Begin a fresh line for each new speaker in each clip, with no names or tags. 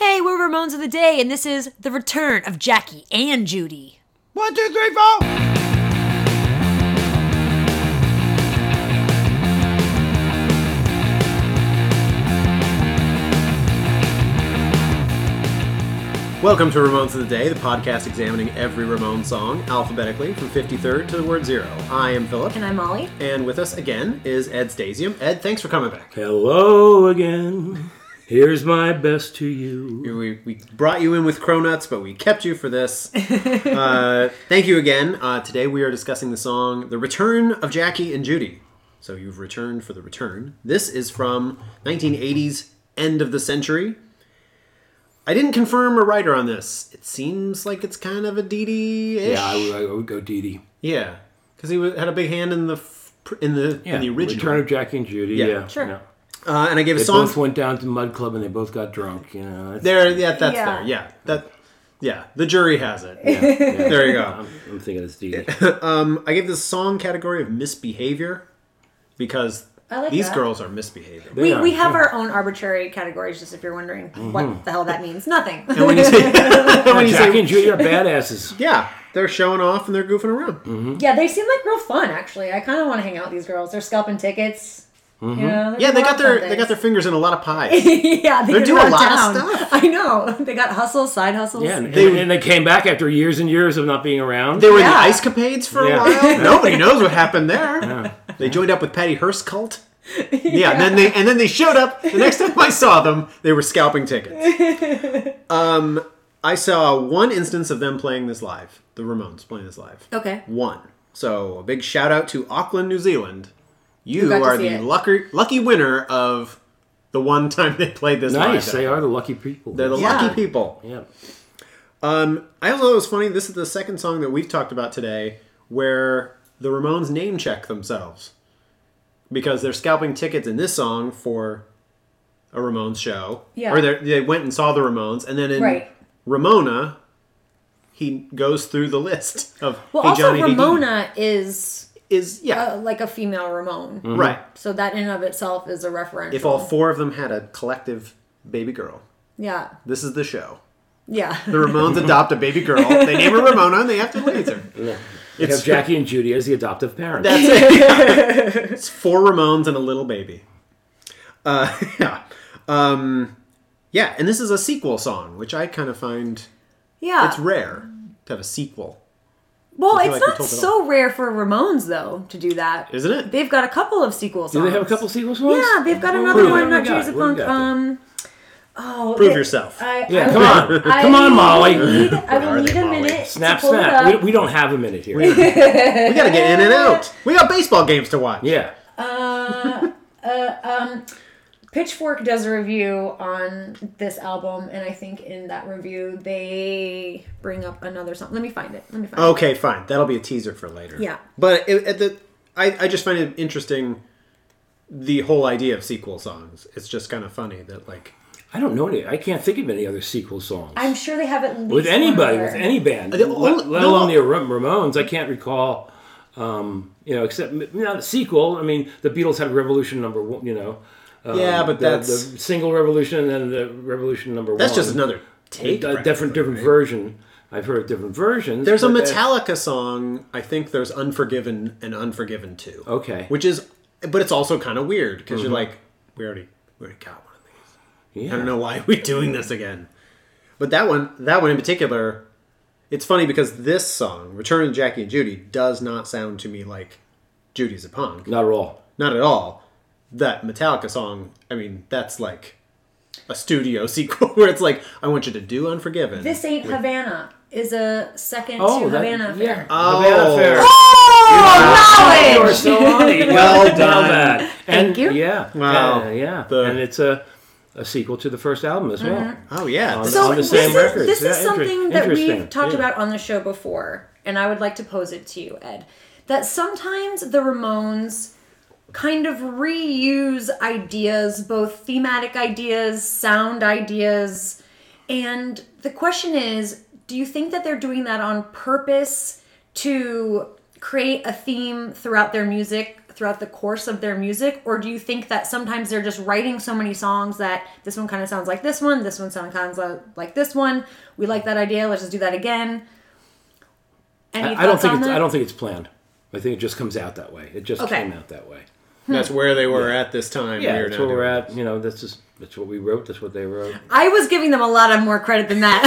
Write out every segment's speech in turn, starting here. Ramones of the day, and this is the return of Jackie and Judy.
One, two, three, four. Welcome to Ramones of the Day, the podcast examining every Ramones song alphabetically from 53rd to the word zero. I am Philip,
And I'm Molly.
and with us again is Ed Stasium. Ed, thanks for coming back.
Hello again. Here's my best to you.
We, we brought you in with Cronuts, but we kept you for this. uh, thank you again. Uh, today we are discussing the song The Return of Jackie and Judy. So you've returned for the return. This is from 1980s, end of the century. I didn't confirm a writer on this. It seems like it's kind of a Dee Dee ish.
Yeah, I would, I would go Dee Dee.
Yeah, because he wa- had a big hand in the f- pr- in the in the original.
Return of Jackie and Judy. Yeah,
Sure.
yeah.
uh, and I gave a
They
song.
both went down to the Mud Club and they both got drunk. You know, that's-
there, yeah, that's
Yeah.
there. Yeah, that. Yeah, the jury has it.
yeah, yeah.
There you go. Um,
I'm, I'm thinking it's Dee Dee.
I gave this song category of misbehavior because
I like
these
that.
girls are misbehaving.
They
We,
are,
we have
yeah.
our own arbitrary categories, just if you're wondering
Mm-hmm.
what the hell that means. Nothing.
And when you say, when
Jackie
you say
and Judy are badasses.
yeah, they're showing off and they're goofing around.
yeah, they seem like real fun, actually. I kind of want to hang out with these girls. They're scalping tickets. You know, they're
Mm-hmm. Yeah, they
doing
got
a lot
their
of fun
they got their fingers in a lot of
things.
pies.
yeah, they
They're
get
doing a
around
lot of
town.
stuff.
I know. They got hustles, side hustles.
Yeah, and,
They-
and they came back after years and years of not being around.
They were in the
Yeah.
ice capades for
Yeah.
a while. Nobody knows what happened there. They joined up with Patty Hearst cult. Yeah, and then they and then they showed up. The next time I saw them, they were scalping tickets. Um, I saw one instance of them playing this live. The Ramones playing this live.
Okay.
one. So a big shout out to Auckland, New Zealand. You
got to
are
see
the
it.
lucky lucky winner of the one time they played this.
nice.
live.
They are the lucky people.
They're the
Yeah.
lucky people.
yeah.
I also thought it was funny. This is the second song that we've talked about today where the Ramones name check themselves because they're scalping tickets in this song for a Ramones show.
Yeah.
Or they're- they went and saw the Ramones, and then in
Right.
Ramona, he goes through the list of
Well,
hey,
also,
Johnny, hey, Johnny."
Ramona is
is yeah
uh, like a female Ramon.
right.
So that in and of itself is a reference.
Mm. If all four of them had a collective baby girl,
Yeah.
this is the show.
Yeah.
The Ramones adopt a baby girl. They name her Ramona, and they have to raise her.
They have Jackie and Judy as the adoptive parents.
That's it. Yeah. It's four Ramones and a little baby. Uh, yeah, um, yeah, and this is a sequel song, which I kind of find
Yeah.
it's rare to have a sequel,
well,
I feel
it's
like we
not
told it
so rare for Ramones though to do that.
isn't it?
They've got a couple of sequel songs.
Do they have a couple sequel songs?
Yeah, they've got
Well,
another
what
one.
do
Not
we got?
James
What do we
Punk.
got there?
Um. Oh.
Prove
it-
yourself.
I,
Yeah,
I
come
would-
on.
I
Come on,
will
Molly.
Need, I will
are
need
they,
a
Molly?
minute.
Snap,
to pull It
snap.
up.
We, we don't have a minute here.
We gotta get in and out. We got baseball games to watch.
Yeah.
Pitchfork does a review on this album, and I think in that review they bring up another song. Let me find it. Let me find
Oh.
it.
Okay, fine. That'll be a teaser for later.
Yeah.
But it, at the, I, I just find it interesting. The whole idea of sequel songs. It's just kind of funny that like
I don't know any. I can't think of any other sequel songs.
I'm sure they have at least
with anybody,
one
with
other.
any band,
The
let,
only-
let
the-
alone the Ram- Ramones. I can't recall, um, you know, except m- not a sequel. I mean, the Beatles had Revolution Number One, you know. um,
Yeah, but
the-
that's-
the single Revolution and then the Revolution Number
that's
One.
just another take.
a different
practically,
different
right?
version. I've heard different versions.
There's a
but that-
Metallica song. I think there's Unforgiven and Unforgiven Two.
Okay. Mm-hmm.
Which is, but it's also kind of weird because you're like, we already, we already got one of these.
Yeah.
I don't know why we're doing this again. But that one, that one in particular, it's funny because this song, "Return of Jackie and Judy," does not sound to me like Judy's a punk.
Not at all.
Not at all. That Metallica song, I mean, that's like a studio sequel where it's like, I want you to do Unforgiven.
This ain't Havana is a second
Oh,
to
that,
Havana
yeah.
Affair.
Oh.
Havana Affair.
Oh,
You are
knowledge!
so on it.
Well
Well
done.
done. That. And
Thank you.
Yeah.
Wow.
Yeah. yeah.
The-
and it's a, a sequel to the first album as well.
Mm-hmm.
oh yeah.
On-
So
on the
this
same
is,
records.
this is
Yeah,
something
interest-
that we've
interesting.
talked
Yeah.
about on the show before, and I would like to pose it to you, Ed. That sometimes the Ramones kind of reuse ideas, both thematic ideas, sound ideas, and the question is, do you think that they're doing that on purpose to create a theme throughout their music throughout the course of their music or do you think that sometimes they're just writing so many songs that this one kind of sounds like this one this one sounds kind of like this one we like that idea let's just do that again Any
I, I don't
thoughts
think
on
it's,
that?
I don't think it's planned. I think it just comes out that way. It just
Okay.
came out that way.
Hmm.
That's where they were at this time.
Yeah,
We are
that's
now
where we're
doing
at. You know, that's just that's what we wrote. That's what they wrote.
I was giving them a lot of more credit than that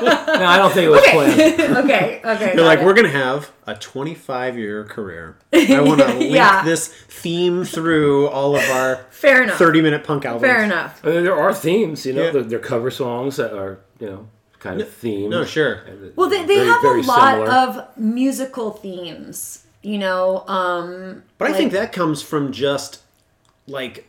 No, I don't think it was planned.
okay okay okay
They're
got
like,
it.
we're gonna have a 25 year career. I want to link
Yeah.
this theme through all of our
fair enough
30 minute punk albums.
fair enough
I mean, there are themes. You know,
Yeah.
there, there are cover songs that are you know kind of themed.
No, sure.
well they, they
Very-
have
very
a lot
similar.
of musical themes you know um
But I
Like-
think that comes from just like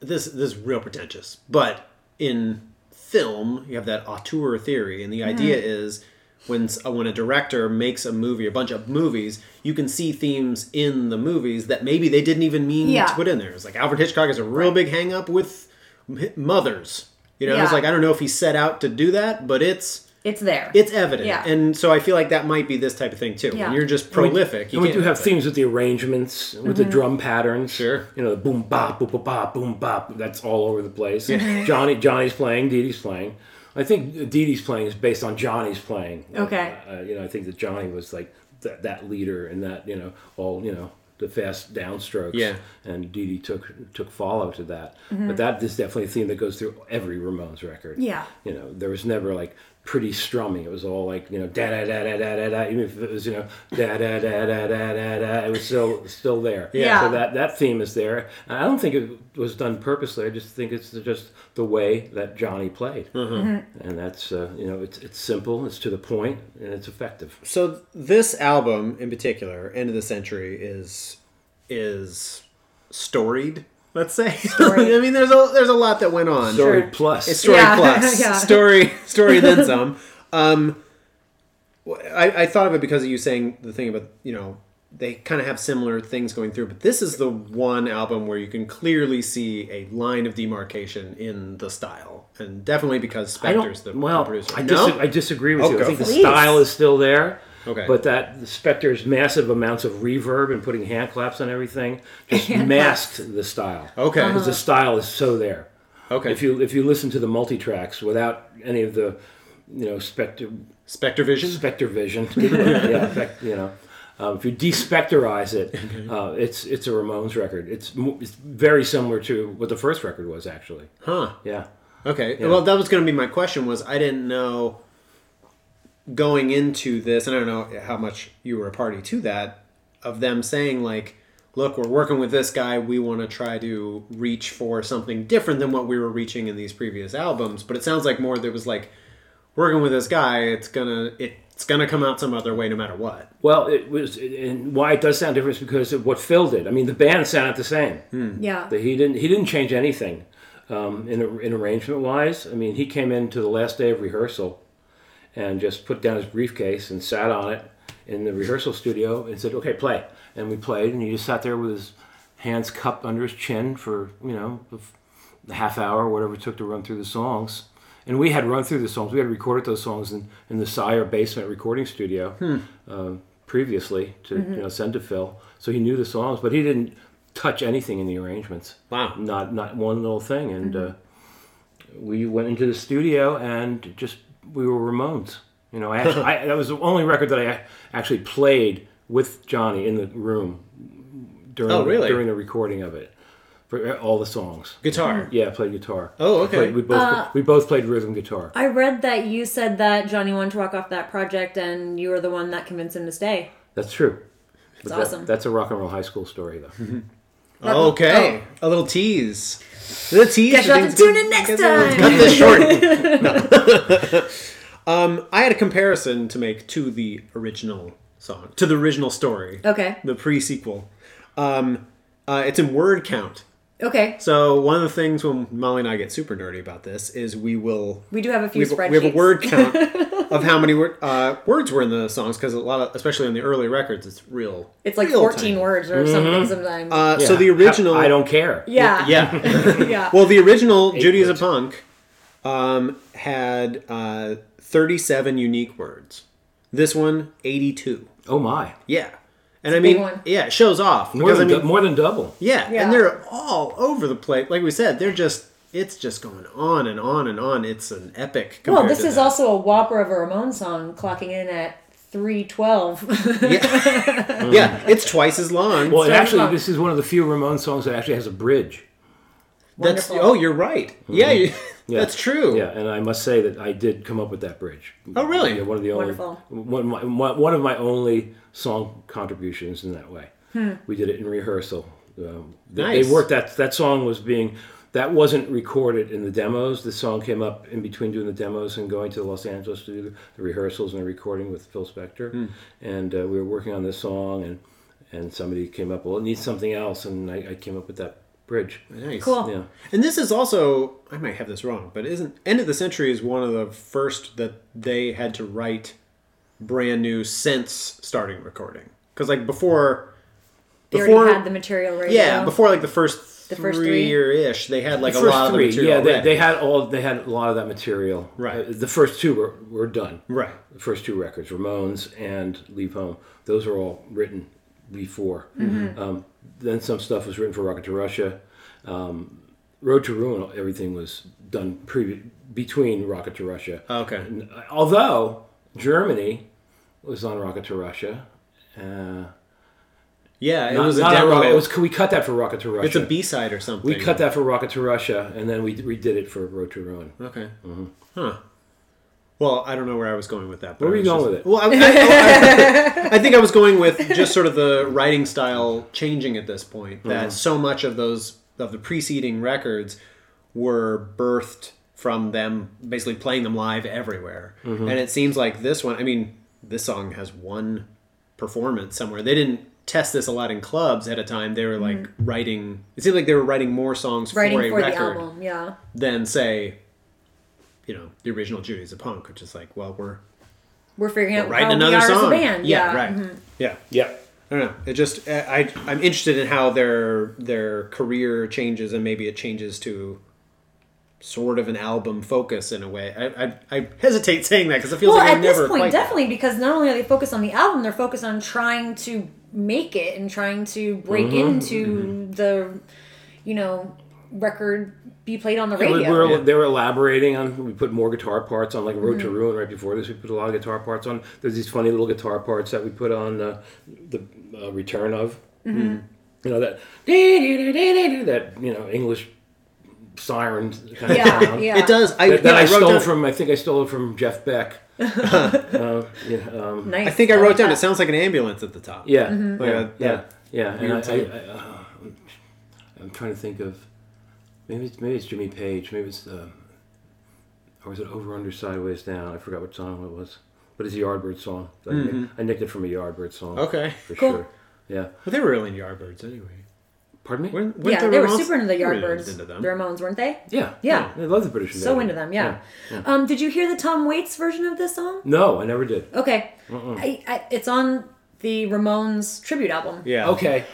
this. This is real pretentious, but in film, you have that auteur theory, and the idea
Mm-hmm.
is when s- uh, when a director makes a movie, a bunch of movies, you can see themes in the movies that maybe they didn't even mean
Yeah.
to put in there. It's like Alfred Hitchcock has a real big hang up with m- mothers. You know, it's
Yeah.
like I don't know if he set out to do that, but it's
it's there
it's evident,
Yeah.
and so I feel like that might be this type of thing too.
Yeah.
When you're just
And we-
prolific, you
and we
can't
do have
that.
themes with the arrangements, with the drum patterns.
Sure.
You know, the boom bop, boom bop, boom bop. That's all over the place. Johnny, Johnny's playing, Dee Dee's playing. I think Dee Dee's playing is based on Johnny's playing.
Okay.
Uh, uh, you know, I think that Johnny was like that, that leader and that you know all you know the fast downstrokes.
Yeah.
And Dee Dee took took follow to that. But that is definitely a theme that goes through every Ramones record.
Yeah.
You know, there was never like pretty strumming. It was all like you know da da da da da da da. Even if it was you know da da da da da da da, it was still still there.
Yeah.
So that that theme is there. And I don't think it was done purposely. I just think it's just the way that Johnny played,
Mm-hmm.
and that's uh, you know it's it's simple, it's to the point, and it's effective.
so this album in particular end of the century is is storied let's say i mean there's a there's a lot that went on
Story
Sure.
plus.
it's story
Yeah,
plus
yeah.
story story then some um wh- I, I thought of it because of you saying the thing about you know they kind of have similar things going through but this is the one album where you can clearly see a line of demarcation in the style and definitely because
I don't.
spectre's the, the
well,
producer
I,
No?
dis- I disagree with
Oh,
you.
go
I think
for
the
it.
style is still there.
Okay.
But that the Spectre's massive amounts of reverb and putting hand claps on everything just masked the style.
Okay.
Because the style is so there.
okay
If you if you listen to the multi tracks without any of the, you know, Spectre
spectre vision
Spectre vision, yeah, spec- you know. Um, if you despectorize it,
Mm-hmm.
uh, it's it's a Ramones record. It's mo- it's very similar to what the first record was actually.
huh
Yeah,
Okay. Well, that was going to be my question. Was I didn't know going into this, and I don't know how much you were a party to that of them saying like, "Look, we're working with this guy. We want to try to reach for something different than what we were reaching in these previous albums." But it sounds like more there was like working with this guy. It's gonna it's gonna come out some other way, no matter what.
Well, it was, and why it does sound different is because of what Phil did. I mean, the band sounded the same.
yeah
He didn't. He didn't change anything um, in, in arrangement wise. I mean, he came into the last day of rehearsal and just put down his briefcase and sat on it in the rehearsal studio and said, "Okay, play." And we played, and he just sat there with his hands cupped under his chin for you know the half hour, or whatever it took to run through the songs. And we had run through the songs. We had recorded those songs in, in the Sire basement recording studio um, previously to you know send to Phil, so he knew the songs, but he didn't touch anything in the arrangements.
Wow.
Not not one little thing. And uh, we went into the studio and just we were Ramones. You know, I, actually, I that was the only record that I actually played with Johnny in the room during
Oh, really?
during the recording of it for uh, all the songs.
Guitar.
Yeah, I played guitar.
Oh, okay.
I played- we both we both played rhythm guitar.
I read that you said that Johnny wanted to walk off that project and you were the one that convinced him to stay.
That's true. It's
awesome.
that's a rock and roll high school story, though.
Okay. A little tease. A little tease.
Oh. Guess
for
you'll have
things
to
to-
tune in next time.
Cut this short. No. um, I had a comparison to make to the original song, to the original story,
Okay.
the pre-sequel. Um, uh, it's in word count.
Okay.
So one of the things when Molly and I get super nerdy about this is we will
We do have a few
we have,
spreadsheets.
we have a word count of how many word, uh, words were in the songs because a lot of especially on the early records it's real
It's like
real
14
tiny.
words or something sometimes.
Uh, So the
Yeah.
original
I don't care.
yeah.
yeah
Yeah.
Well, the original Judy is a
words.
Punk um, had uh, 37 unique words. This one, 82.
Oh my.
Yeah. And I
big
mean,
one.
yeah, it shows off
More
because I
than,
mean,
du- more than double.
yeah,
Yeah.
and they're all over the place. Like we said, they're just it's just going on and on and on. It's an epic.
Well,
compared
this
to
is
that.
also a whopper of a Ramon song, clocking in at three twelve.
yeah, it's twice as long.
So
Well, and
it's
actually,
not-
this is one of the few Ramon songs that actually has a bridge.
that's
wonderful.
oh, you're right. Yeah, you,
Mm-hmm. Yeah.
that's true.
Yeah, and I must say that I did come up with that bridge.
Oh, really?
Yeah, one of the only
Wonderful.
one of my one one of my only song contributions in that way. We did it in rehearsal. Um, they-
Nice.
They worked that that song was being that wasn't recorded in the demos. The song came up in between doing the demos and going to Los Angeles to do the rehearsals and the recording with Phil Spector.
Hmm.
And uh, we were working on this song, and and somebody came up. Well, it needs something else, and I, I came up with that bridge.
Nice.
Cool.
Yeah.
And this is also I might have this wrong, but isn't End of the Century is one of the first that they had to write brand new since starting recording. Because like before
They
Before-
already had the material ready.
Yeah,
though.
before like the first
The
three,
first three?
year ish, they had like a
first
lot of the
three,
material.
Yeah, they,
ready.
they had all they had a lot of that material.
Right.
Uh, the first two were, were done.
right.
The first two records, Ramones and Leave Home, those are all written before. Um, then some stuff was written for Rocket to Russia. Um, Road to Ruin, everything was done pre- between Rocket to Russia.
Okay.
And, uh, although Germany was on Rocket to Russia. Uh,
Yeah, it
not-
was a
not on
demo.
Rocket- it was- we cut that for Rocket to Russia.
it's a B side or something.
we cut that for Rocket to Russia, and then we redid it for Road to Ruin.
Okay. Huh. Mm-hmm. Well, I don't know where I was going with that. But
Where were
I
you
was
going with
just-
it?
Well, I, I- I think I was going with just sort of the writing style changing at this point. That
Mm-hmm.
so much of those of the preceding records were birthed from them basically playing them live everywhere,
Mm-hmm.
and it seems like this one. I mean, this song has one performance somewhere. They didn't test this a lot in clubs at a time. They were like writing. It seemed like they were writing more songs
Mm-hmm. writing
for a
for the
record
album. Yeah.
than say, you know, the original Judy's a punk, which is like, well, we're
We're figuring out
writing
how Oh, we
another
are
song.
as a band. Yeah. Mm-hmm.
right. Yeah,
Yeah.
I don't know. It just eh, I I- I'm interested in how their their career changes and maybe it changes to sort of an album focus in a way. I I, I hesitate saying that because it feels
Well,
like I
at
never
this point,
quite-
definitely, because not only are they focused on the album, they're focused on trying to make it and trying to break
Mm-hmm.
into the, you know, record be played on the
We-
radio.
we were- They were elaborating on. We put more guitar parts on, like Road to Ruin. Right before this, we put a lot of guitar parts on. There's these funny little guitar parts that we put on uh, the uh, Return of. You know that that you know English siren kind
Yeah,
of sound.
yeah.
It does. I,
That, that
yeah,
I,
I wrote
stole
down-
from. I think I stole it from Jeff Beck. uh, yeah, um,
nice.
I think I wrote
like
down.
that.
It sounds like an ambulance at the top.
Yeah,
Like
uh,
yeah,
a-
yeah, yeah. And I,
tune.
I, I, uh, I'm trying to think of maybe it's, maybe it's Jimmy Page, maybe it's the or was it Over Under Sideways Down? I forgot what song it was, but it's a Yardbird song. I, nicked- I nicked it from a Yardbird song.
Okay.
Mm-hmm.
for
Cool.
sure. Yeah.
Well, they were really into Yardbirds anyway.
Pardon me.
Weren't- weren't
Yeah,
the
they were
Ramones-
super into the
they were really
Yardbirds,
into them.
the Ramones, weren't they?
Yeah,
Yeah.
I love the British.
So
Invasion.
into them, yeah. Um, did you hear the Tom Waits version of this song?
No, I never did.
Okay, I, I, it's on the Ramones tribute album.
Yeah.
Okay.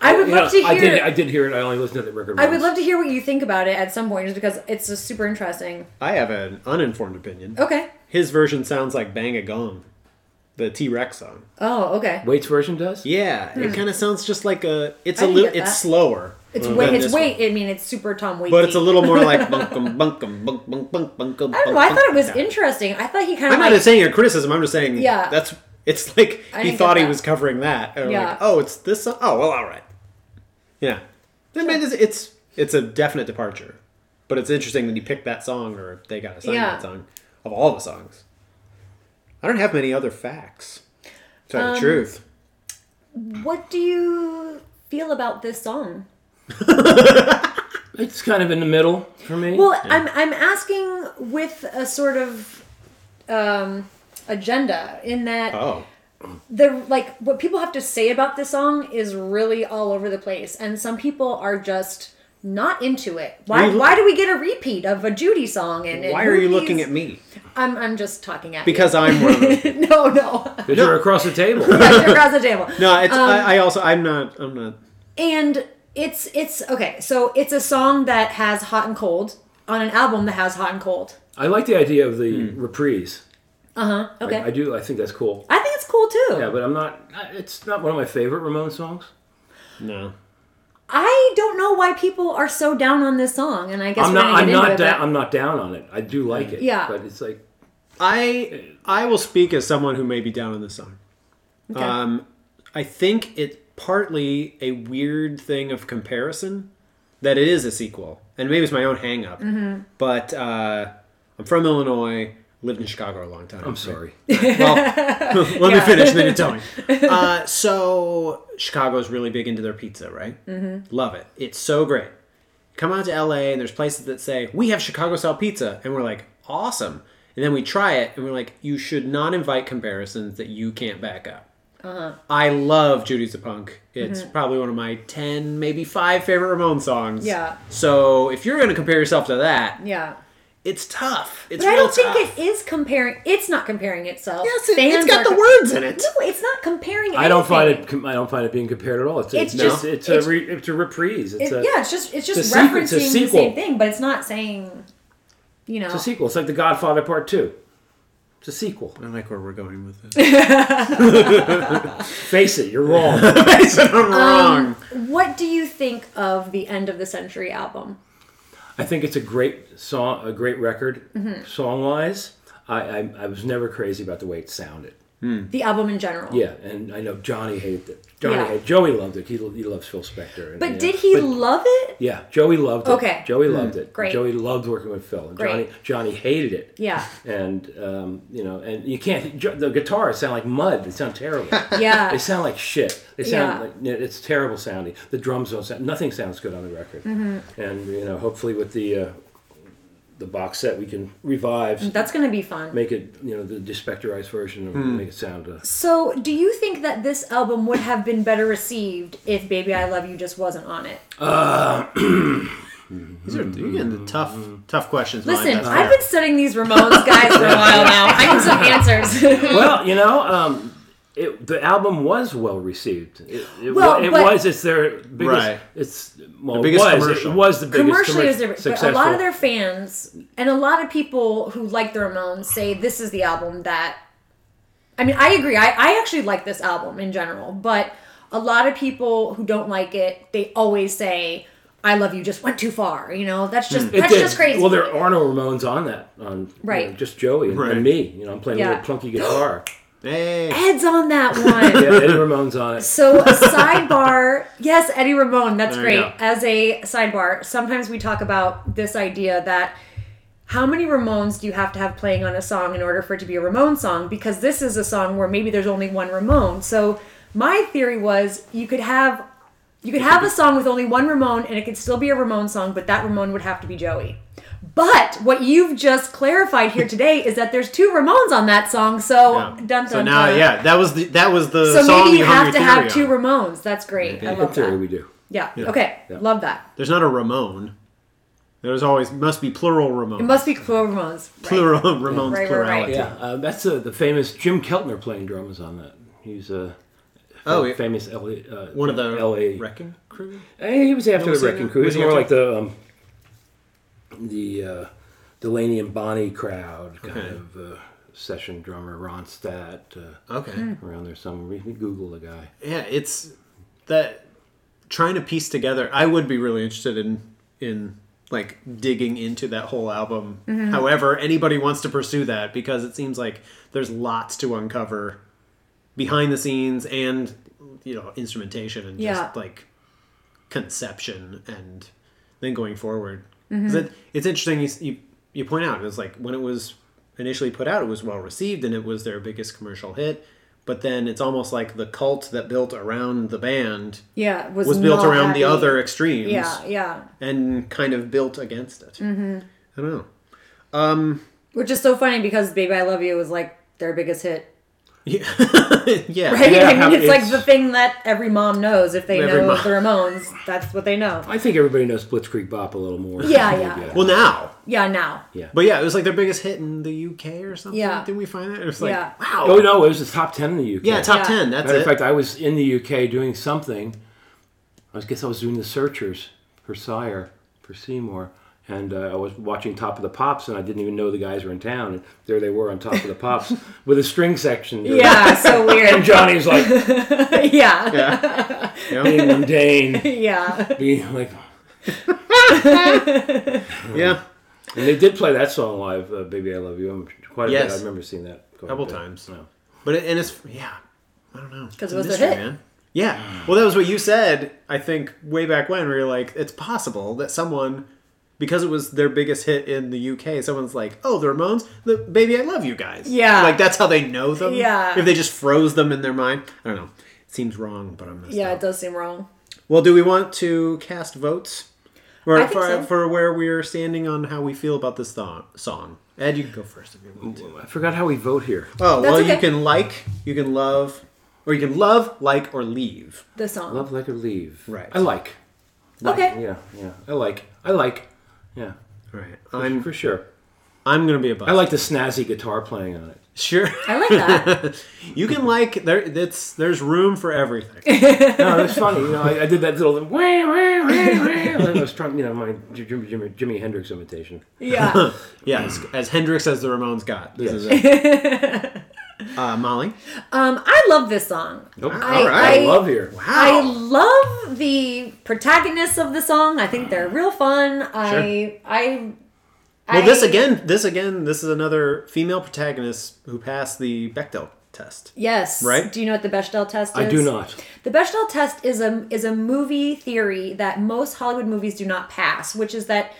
I would
You
love
know,
to hear.
I did. I did hear it. I only listened to the record.
I would
once.
love to hear what you think about it at some point, just because it's just super interesting.
I have an uninformed opinion.
Okay.
His version sounds like Bang a Gong, the T Rex song.
Oh, okay.
Waits version does.
Yeah, it kind of sounds just like a. It's
Hmm. I
a
can
little.
get
It's
that.
slower. uh,
It's
than
way. It's
this
way.
one.
I mean, it's super Tom Waits.
But it's a little more like bunkum bunkum bunk bunk bunk bunkum.
I don't know. I thought it was interesting. I thought he kind of
I'm not
like.
just saying a criticism. I'm just saying.
Yeah.
That's. It's like
I
he
didn't
thought
get
he
that.
was covering that. And
Yeah.
Like, oh, it's this. Song? Oh well, all right. Yeah. I mean, it's, it's it's a definite departure, but it's interesting that he picked that song or they got assigned
Yeah.
that song of all the songs. I don't have many other facts. To tell you
Um,
the truth.
what do you feel about this song?
It's kind of in the middle for me.
Well, I'm I'm asking with a sort of um, agenda in that
Oh.
the like what people have to say about this song is really all over the place, and some people are just not into it. Why
Are you-
why do we get a repeat of a Judy song? And, and
Why are you
movies?
looking at me?
I'm I'm just talking at
Because I'm one of those people.
you. no no
Because you're across the table.
across the table.
No, it's,
Um,
I, I also I'm not I'm not.
and it's it's okay. So it's a song that has hot and cold on an album that has hot and cold.
I like the idea of the reprise.
Uh huh. Okay.
I, I do. I think that's cool.
I think it's cool too.
Yeah, but I'm not. It's not one of my favorite Ramon songs.
No.
I don't know why people are so down on this song, and I guess
I'm
we're
not.
gonna
I'm
get
not.
into it,
Da-
but-
I'm not down on it. I do like it.
Yeah.
But it's like
I I will speak as someone who may be down on this song.
Okay.
Um, I think it partly a weird thing of comparison that it is a sequel, and maybe it's my own hang up. But uh, I'm from Illinois, lived in Chicago a long time.
I'm sorry.
well, let me finish, and then you tell me. Uh, so Chicago's really big into their pizza, right? Mm-hmm. Love it. It's so great. Come out to LA, and there's places that say we have Chicago style pizza, and we're like, awesome. And then we try it, and we're like, you should not invite comparisons that you can't back up.
Uh-huh.
I love Judy's a Punk. It's
Mm-hmm.
probably one of my 10, maybe five favorite Ramon songs.
Yeah.
So if you're going to compare yourself to that,
yeah.
it's tough. It's
But I
real
don't think
tough.
it is comparing. It's not comparing itself.
Yes, it,
Fans
it's got
are
the
com-
words in it.
No, it's not comparing.
I don't find
anything.
it. com- I don't find it being compared at all. It's,
It's
it's,
just-
just, it's,
it's-
a re, it's a reprise. It's
It-
a
yeah, it's just it's just
it's a sequ-
referencing
it's a
the
sequel.
same thing, but it's not saying, you know,
It's a sequel. It's like The Godfather Part Two. It's a sequel.
I like where we're going with this.
Face it, you're wrong.
I'm wrong.
What do you think of the end of the century album?
I think it's a great song, a great record,
Mm-hmm.
song wise. I, I I was never crazy about the way it sounded.
The album in general.
Yeah, and I know Johnny hated it. Johnny
Yeah.
hated. Joey loved it. He, lo- he loves Phil Spector. and,
But
you know,
did he
but-
love it?
yeah, Joey loved it.
Okay.
Joey loved it.
Great.
Joey loved working with Phil. And Johnny
Great.
Johnny hated it.
Yeah.
And um, you know, and you can't. Jo- The guitars sound like mud. They sound terrible.
Yeah.
They sound like shit. They sound
Yeah.
like yeah, it's terrible sounding. The drums don't sound. Nothing sounds good on the record.
Mm-hmm.
And you know, hopefully with the uh, the box set, we can revive,
That's gonna be fun.
make it you know the despectorized version, and make it sound. Uh,
So, do you think that this album would have been better received if "Baby I Love You" just wasn't on it?
These are you're getting the tough, tough questions. Mike.
Listen,
That's
I've been studying these Ramones guys for a while now. I need some answers.
well, you know. Um, it, the album was well received. It, it,
Well,
wa- it
but-
was. It's their biggest.
Right.
It's well,
biggest
it was,
commercial.
It was the biggest
Commercially, it was
commer-
different, but a
successful.
lot of their fans and a lot of people who like the Ramones say this is the album that. I mean, I agree. I, I actually like this album in general, but a lot of people who don't like it, they always say, "I love you," just went too far. You know, that's just
Hmm. It
that's
did.
just crazy.
Well, there are no Ramones on that. On you
Right.
know, just Joey and,
Right.
and me. You know, I'm playing
Yeah.
a little clunky guitar.
hey,
Ed's on that one.
yeah, Eddie Ramone's on it.
So sidebar, yes, Eddie Ramone, that's
There you
great.
go.
As a sidebar, sometimes we talk about this idea that how many Ramones do you have to have playing on a song in order for it to be a Ramone song? Because this is a song where maybe there's only one Ramone. So my theory was you could have you could have a song with only one Ramone and it could still be a Ramone song, but that Ramone would have to be Joey. But what you've just clarified here today is that there's two Ramones on that song, so
Yeah.
dun dun
so now,
dun.
yeah, that was the that was the
So
song
maybe you
you hung
have to
your
have two
theory on.
Ramones. That's great. I
In
love
theory,
that.
we do.
Yeah. Okay. Love that.
There's not a Ramon. There's always must be plural Ramon.
Must be plural Ramones. Right.
plural Ramon's
Right, right, right.
plurality.
Yeah, uh, that's uh, the famous Jim Keltner playing drums on that. He's a
Oh, yeah.
famous LA, uh,
one of the
LA.
wrecking crew.
Eh, he was after
was
the
he
Wrecking
after?
Crew. He was
Was he
more
after-
like the um, the uh, Delaney and Bonnie crowd kind
Okay.
of uh, session drummer Ronstadt uh,
Okay,
around there. Some we can Google the guy.
yeah, it's that trying to piece together. I would be really interested in in like digging into that whole album. However, anybody wants to pursue that because it seems like there's lots to uncover behind the scenes and you know instrumentation and
Yeah.
just like conception and then going forward.
Mm-hmm.
'Cause It, it's interesting you, s- you you point out it was like when it was initially put out, it was well received and it was their biggest commercial hit. But then it's almost like the cult that built around the band
Yeah. Was,
was built
not
around
happy.
the other extremes
Yeah. Yeah.
and kind of built against it. Mm-hmm. I don't know.
Which is so funny because "Baby I Love You" was like their biggest hit.
Yeah, yeah.
Right.
Yeah,
I mean,
how-
it's, like
it's-
the thing that every mom knows if they
Every
know
mom.
the Ramones. That's what they know.
I think everybody knows Blitzkrieg Bop a little more.
Yeah, yeah.
Well, now.
Yeah. Now.
But yeah, it was like their biggest hit in the UK or something.
Yeah.
Didn't we find that? It was like,
Yeah.
wow.
oh no, it was the top ten in the UK.
Yeah, top
Yeah.
10. That's
Matter
it.
of fact, I was in the UK doing something. I was, guess I was doing the searchers for Sire for Seymour, And uh, I was watching Top of the Pops, and I didn't even know the guys were in town. And there they were on Top of the Pops with a string section.
Yeah, so
And
weird.
Johnny's like
yeah.
Yeah. yeah.
being mundane,
Yeah.
being like.
Yeah.
And they did play that song live, uh, "Baby I Love You." I'm quite a bit.
Yes.
I remember seeing that quite a
Couple
bit.
times.
No.
But it, and it's yeah, I don't know.
'Cause
It's
it was
a
a
mystery,
hit.
Yeah. Well, that was what you said. I think way back when we were like, it's possible that someone, because it was their biggest hit in the UK, someone's like, oh, the Ramones, the Baby I Love You guys.
Yeah.
Like that's how they know them.
Yeah.
If they just froze them in their mind, I don't know. It seems wrong, but I'm
Yeah,
Up.
it does seem wrong.
Well, do we want to cast votes? For,
I think
for,
so.
for where we're standing on how we feel about this tho- song. Ed, you can go first if you want to.
I forgot how we vote here.
Oh, well, you
okay.
can like, you can love, or you can love, like, or leave.
The song.
Love like or leave.
Right.
I like.
okay.
Yeah, yeah. I like. I like. Yeah.
All right.
I'm
I'm
for sure.
I'm gonna be a bust.
I like the snazzy guitar playing on it.
sure.
I like that.
You can like there. It's there's room for everything.
No, it's funny. You know, I, I did that little wah, wah, wah, wah. I was trying, you know, my Jimi Jimi, Jimi Hendrix imitation.
Yeah.
Yeah, as, as Hendrix as the Ramones got. This
Yes.
is it. uh, Molly.
Um, I love this song.
Nope.
I-
All right. I,
I-
love here.
I
Wow.
love the protagonists of the song. I think they're real fun. I I
well, this
I-
again. This again. This is another female protagonist who passed the Bechdel test.
Yes.
Right?
Do you know what the Bechdel test
I
is?
do not.
The Bechdel test is a is a movie theory that most Hollywood movies do not pass, which is that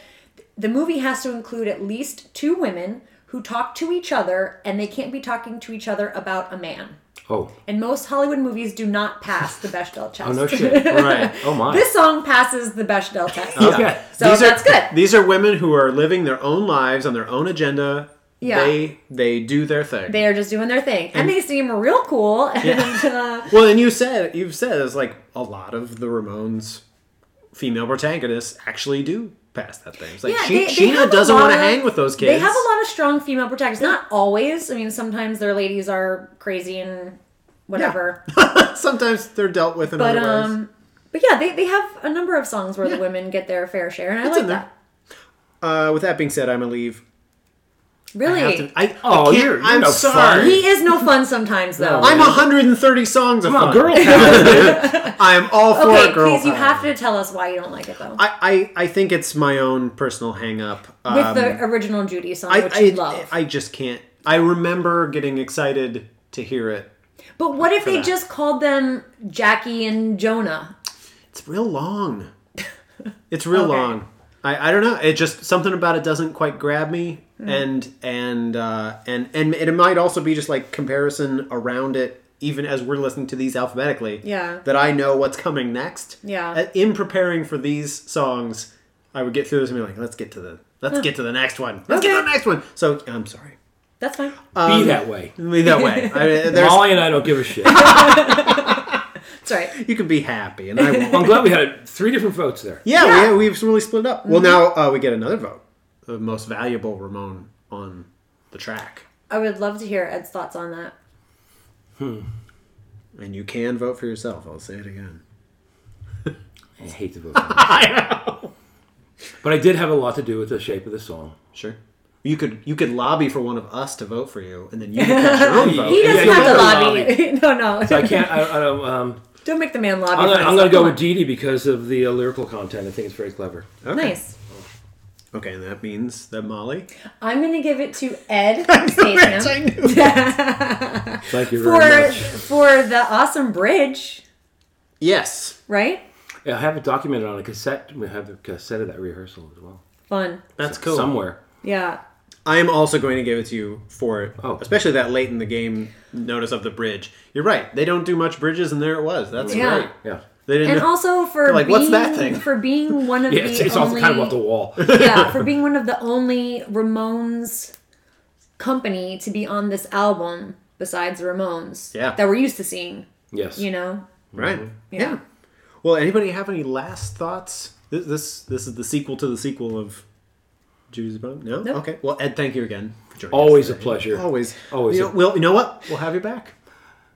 the movie has to include at least two women who talk to each other and they can't be talking to each other about a man.
Oh.
And most Hollywood movies do not pass the Bechdel test.
Oh no shit.
Right.
Oh my.
This song passes the Bechdel test.
Okay.
So
these
that's
are,
good.
These are women who are living their own lives on their own agenda.
Yeah.
They they do their thing.
They are just doing their thing. And, they seem real cool. And uh,
Well, and you said you've said it's like a lot of the Ramones female protagonists actually do pass that thing. It's like
yeah,
she,
they, they have
Sheena
a
doesn't
lot
want to
of-
hang with those kids.
They have a lot of strong female protagonists. Not always. I mean, sometimes their ladies are crazy and whatever.
Sometimes they're dealt with in
But
other ways.
um, but yeah, they, they have a number of songs where
Yeah.
the women get their fair share, and I
It's
like
in there.
that.
Uh, with that being said, I'm gonna leave. I have
Really,
to- I,
Oh,
I can't-
you're- you're
I'm
no
sorry.
he is no fun sometimes though.
I'm 130 songs of
Come on,
fun.
girl.
I'm all for
okay,
it, girl.
please, you have to tell us why you don't like it though.
I, I, I think it's my own personal hang up.
With the original Judy song,
um, I,
which
I,
you love.
I just can't. I remember getting excited to hear it.
but what if they
that.
just called them Jackie and Jonah?
It's real long. It's real
Okay.
long. I, I don't know. It just something about it doesn't quite grab me,
Hmm.
and and uh, and and it might also be just like comparison around it, even as we're listening to these alphabetically.
Yeah.
That I know what's coming next.
Yeah.
Uh, In preparing for these songs, I would get through this and be like, let's get to the let's get to the next one. Let's get to the
Okay.
next one. So I'm sorry.
That's fine.
Uh,
Be that way.
Be that way. I mean, Um, there's,
Molly and I don't give a shit.
That's all right.
you can be happy, and I won't.
I'm glad we had three different votes there.
Yeah,
Yeah.
We, we've really split up. Well, now uh, we get another vote. The most valuable Ramon on the track.
I would love to hear Ed's thoughts on that.
And you can vote for yourself. I'll say it again.
I hate to vote. For that. But I did have a lot to do with the shape of the song.
Sure. You could you could lobby for one of us to vote for you, and then you can cast your own vote.
He
Yeah,
doesn't
you
have
have
to
to
lobby. no, no.
I can't. I, I don't. Um,
Don't make the man lobby.
I'm
for
gonna,
himself.
I'm gonna go
Come
with
on.
Dee Dee because of the uh, lyrical content. I think it's very clever.
Okay.
Nice.
Okay, and that means that Molly.
I'm gonna give it to Ed Statham
knew.
Thank you very
for
much.
for the awesome bridge,
yes,
right?
Yeah, I have it documented on a cassette. We have the cassette of that rehearsal as well.
Fun.
that's cool.
Somewhere.
Yeah.
I am also going to give it to you for
Oh.
especially that late in the game notice of the bridge. You're right. They don't do much bridges, and there it was. That's
Yeah.
great.
Yeah.
They didn't.
And
know-
also for
like,
being
"What's that thing?"
for being one of
Yeah,
the
it's, it's also
only
kind of off the wall.
yeah for being one of the only Ramones company to be on this album besides Ramones
Yeah.
that we're used to seeing.
Yes.
You know.
Right. Yeah. Well, anybody have any last thoughts? This this, this is the sequel to the sequel of Judy's Bone. No.
Nope.
Okay. Well, Ed, thank you again for joining. us
Always a
today.
pleasure.
Always.
Always
You
a-
know, well, you know what? We'll have you back.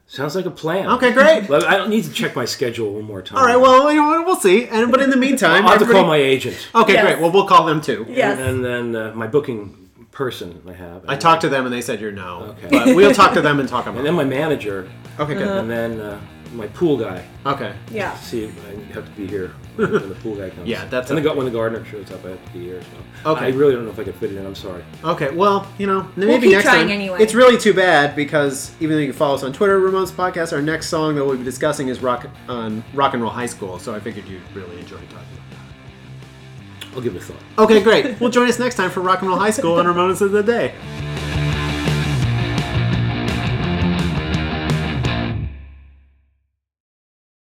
Sounds like a plan.
Okay, great.
Well, I don't need to check my schedule one more time.
All right. Well, you know, we'll see. And but in the meantime,
I'll have to call my
everybody-
agent.
Okay,
Yes.
great. Well, we'll call them too.
Yes.
And, and then uh, my booking person I have.
I talked to them and they said you're no.
Okay.
But we'll talk to them and talk about
And then
it.
my manager.
Okay, good.
Uh-huh.
And then uh, my pool guy.
Okay.
yeah.
See, I have to be here when the pool guy comes.
Yeah, that's
and
a-
the, gu- when the gardener shows up, I have to be here. So
Okay.
I really don't know if I can fit it in. I'm sorry.
Okay. Well, you know, maybe
keep
next
trying
time.
anyway.
It's really too bad because even though you can follow us on Twitter, Ramones Podcast, our next song that we'll be discussing is rock on Rock and Roll High School. So I figured you'd really enjoy talking about. it.
I'll give it a thought.
Okay, great. well, join us next time for Rock and Roll High School and Ramones of the Day.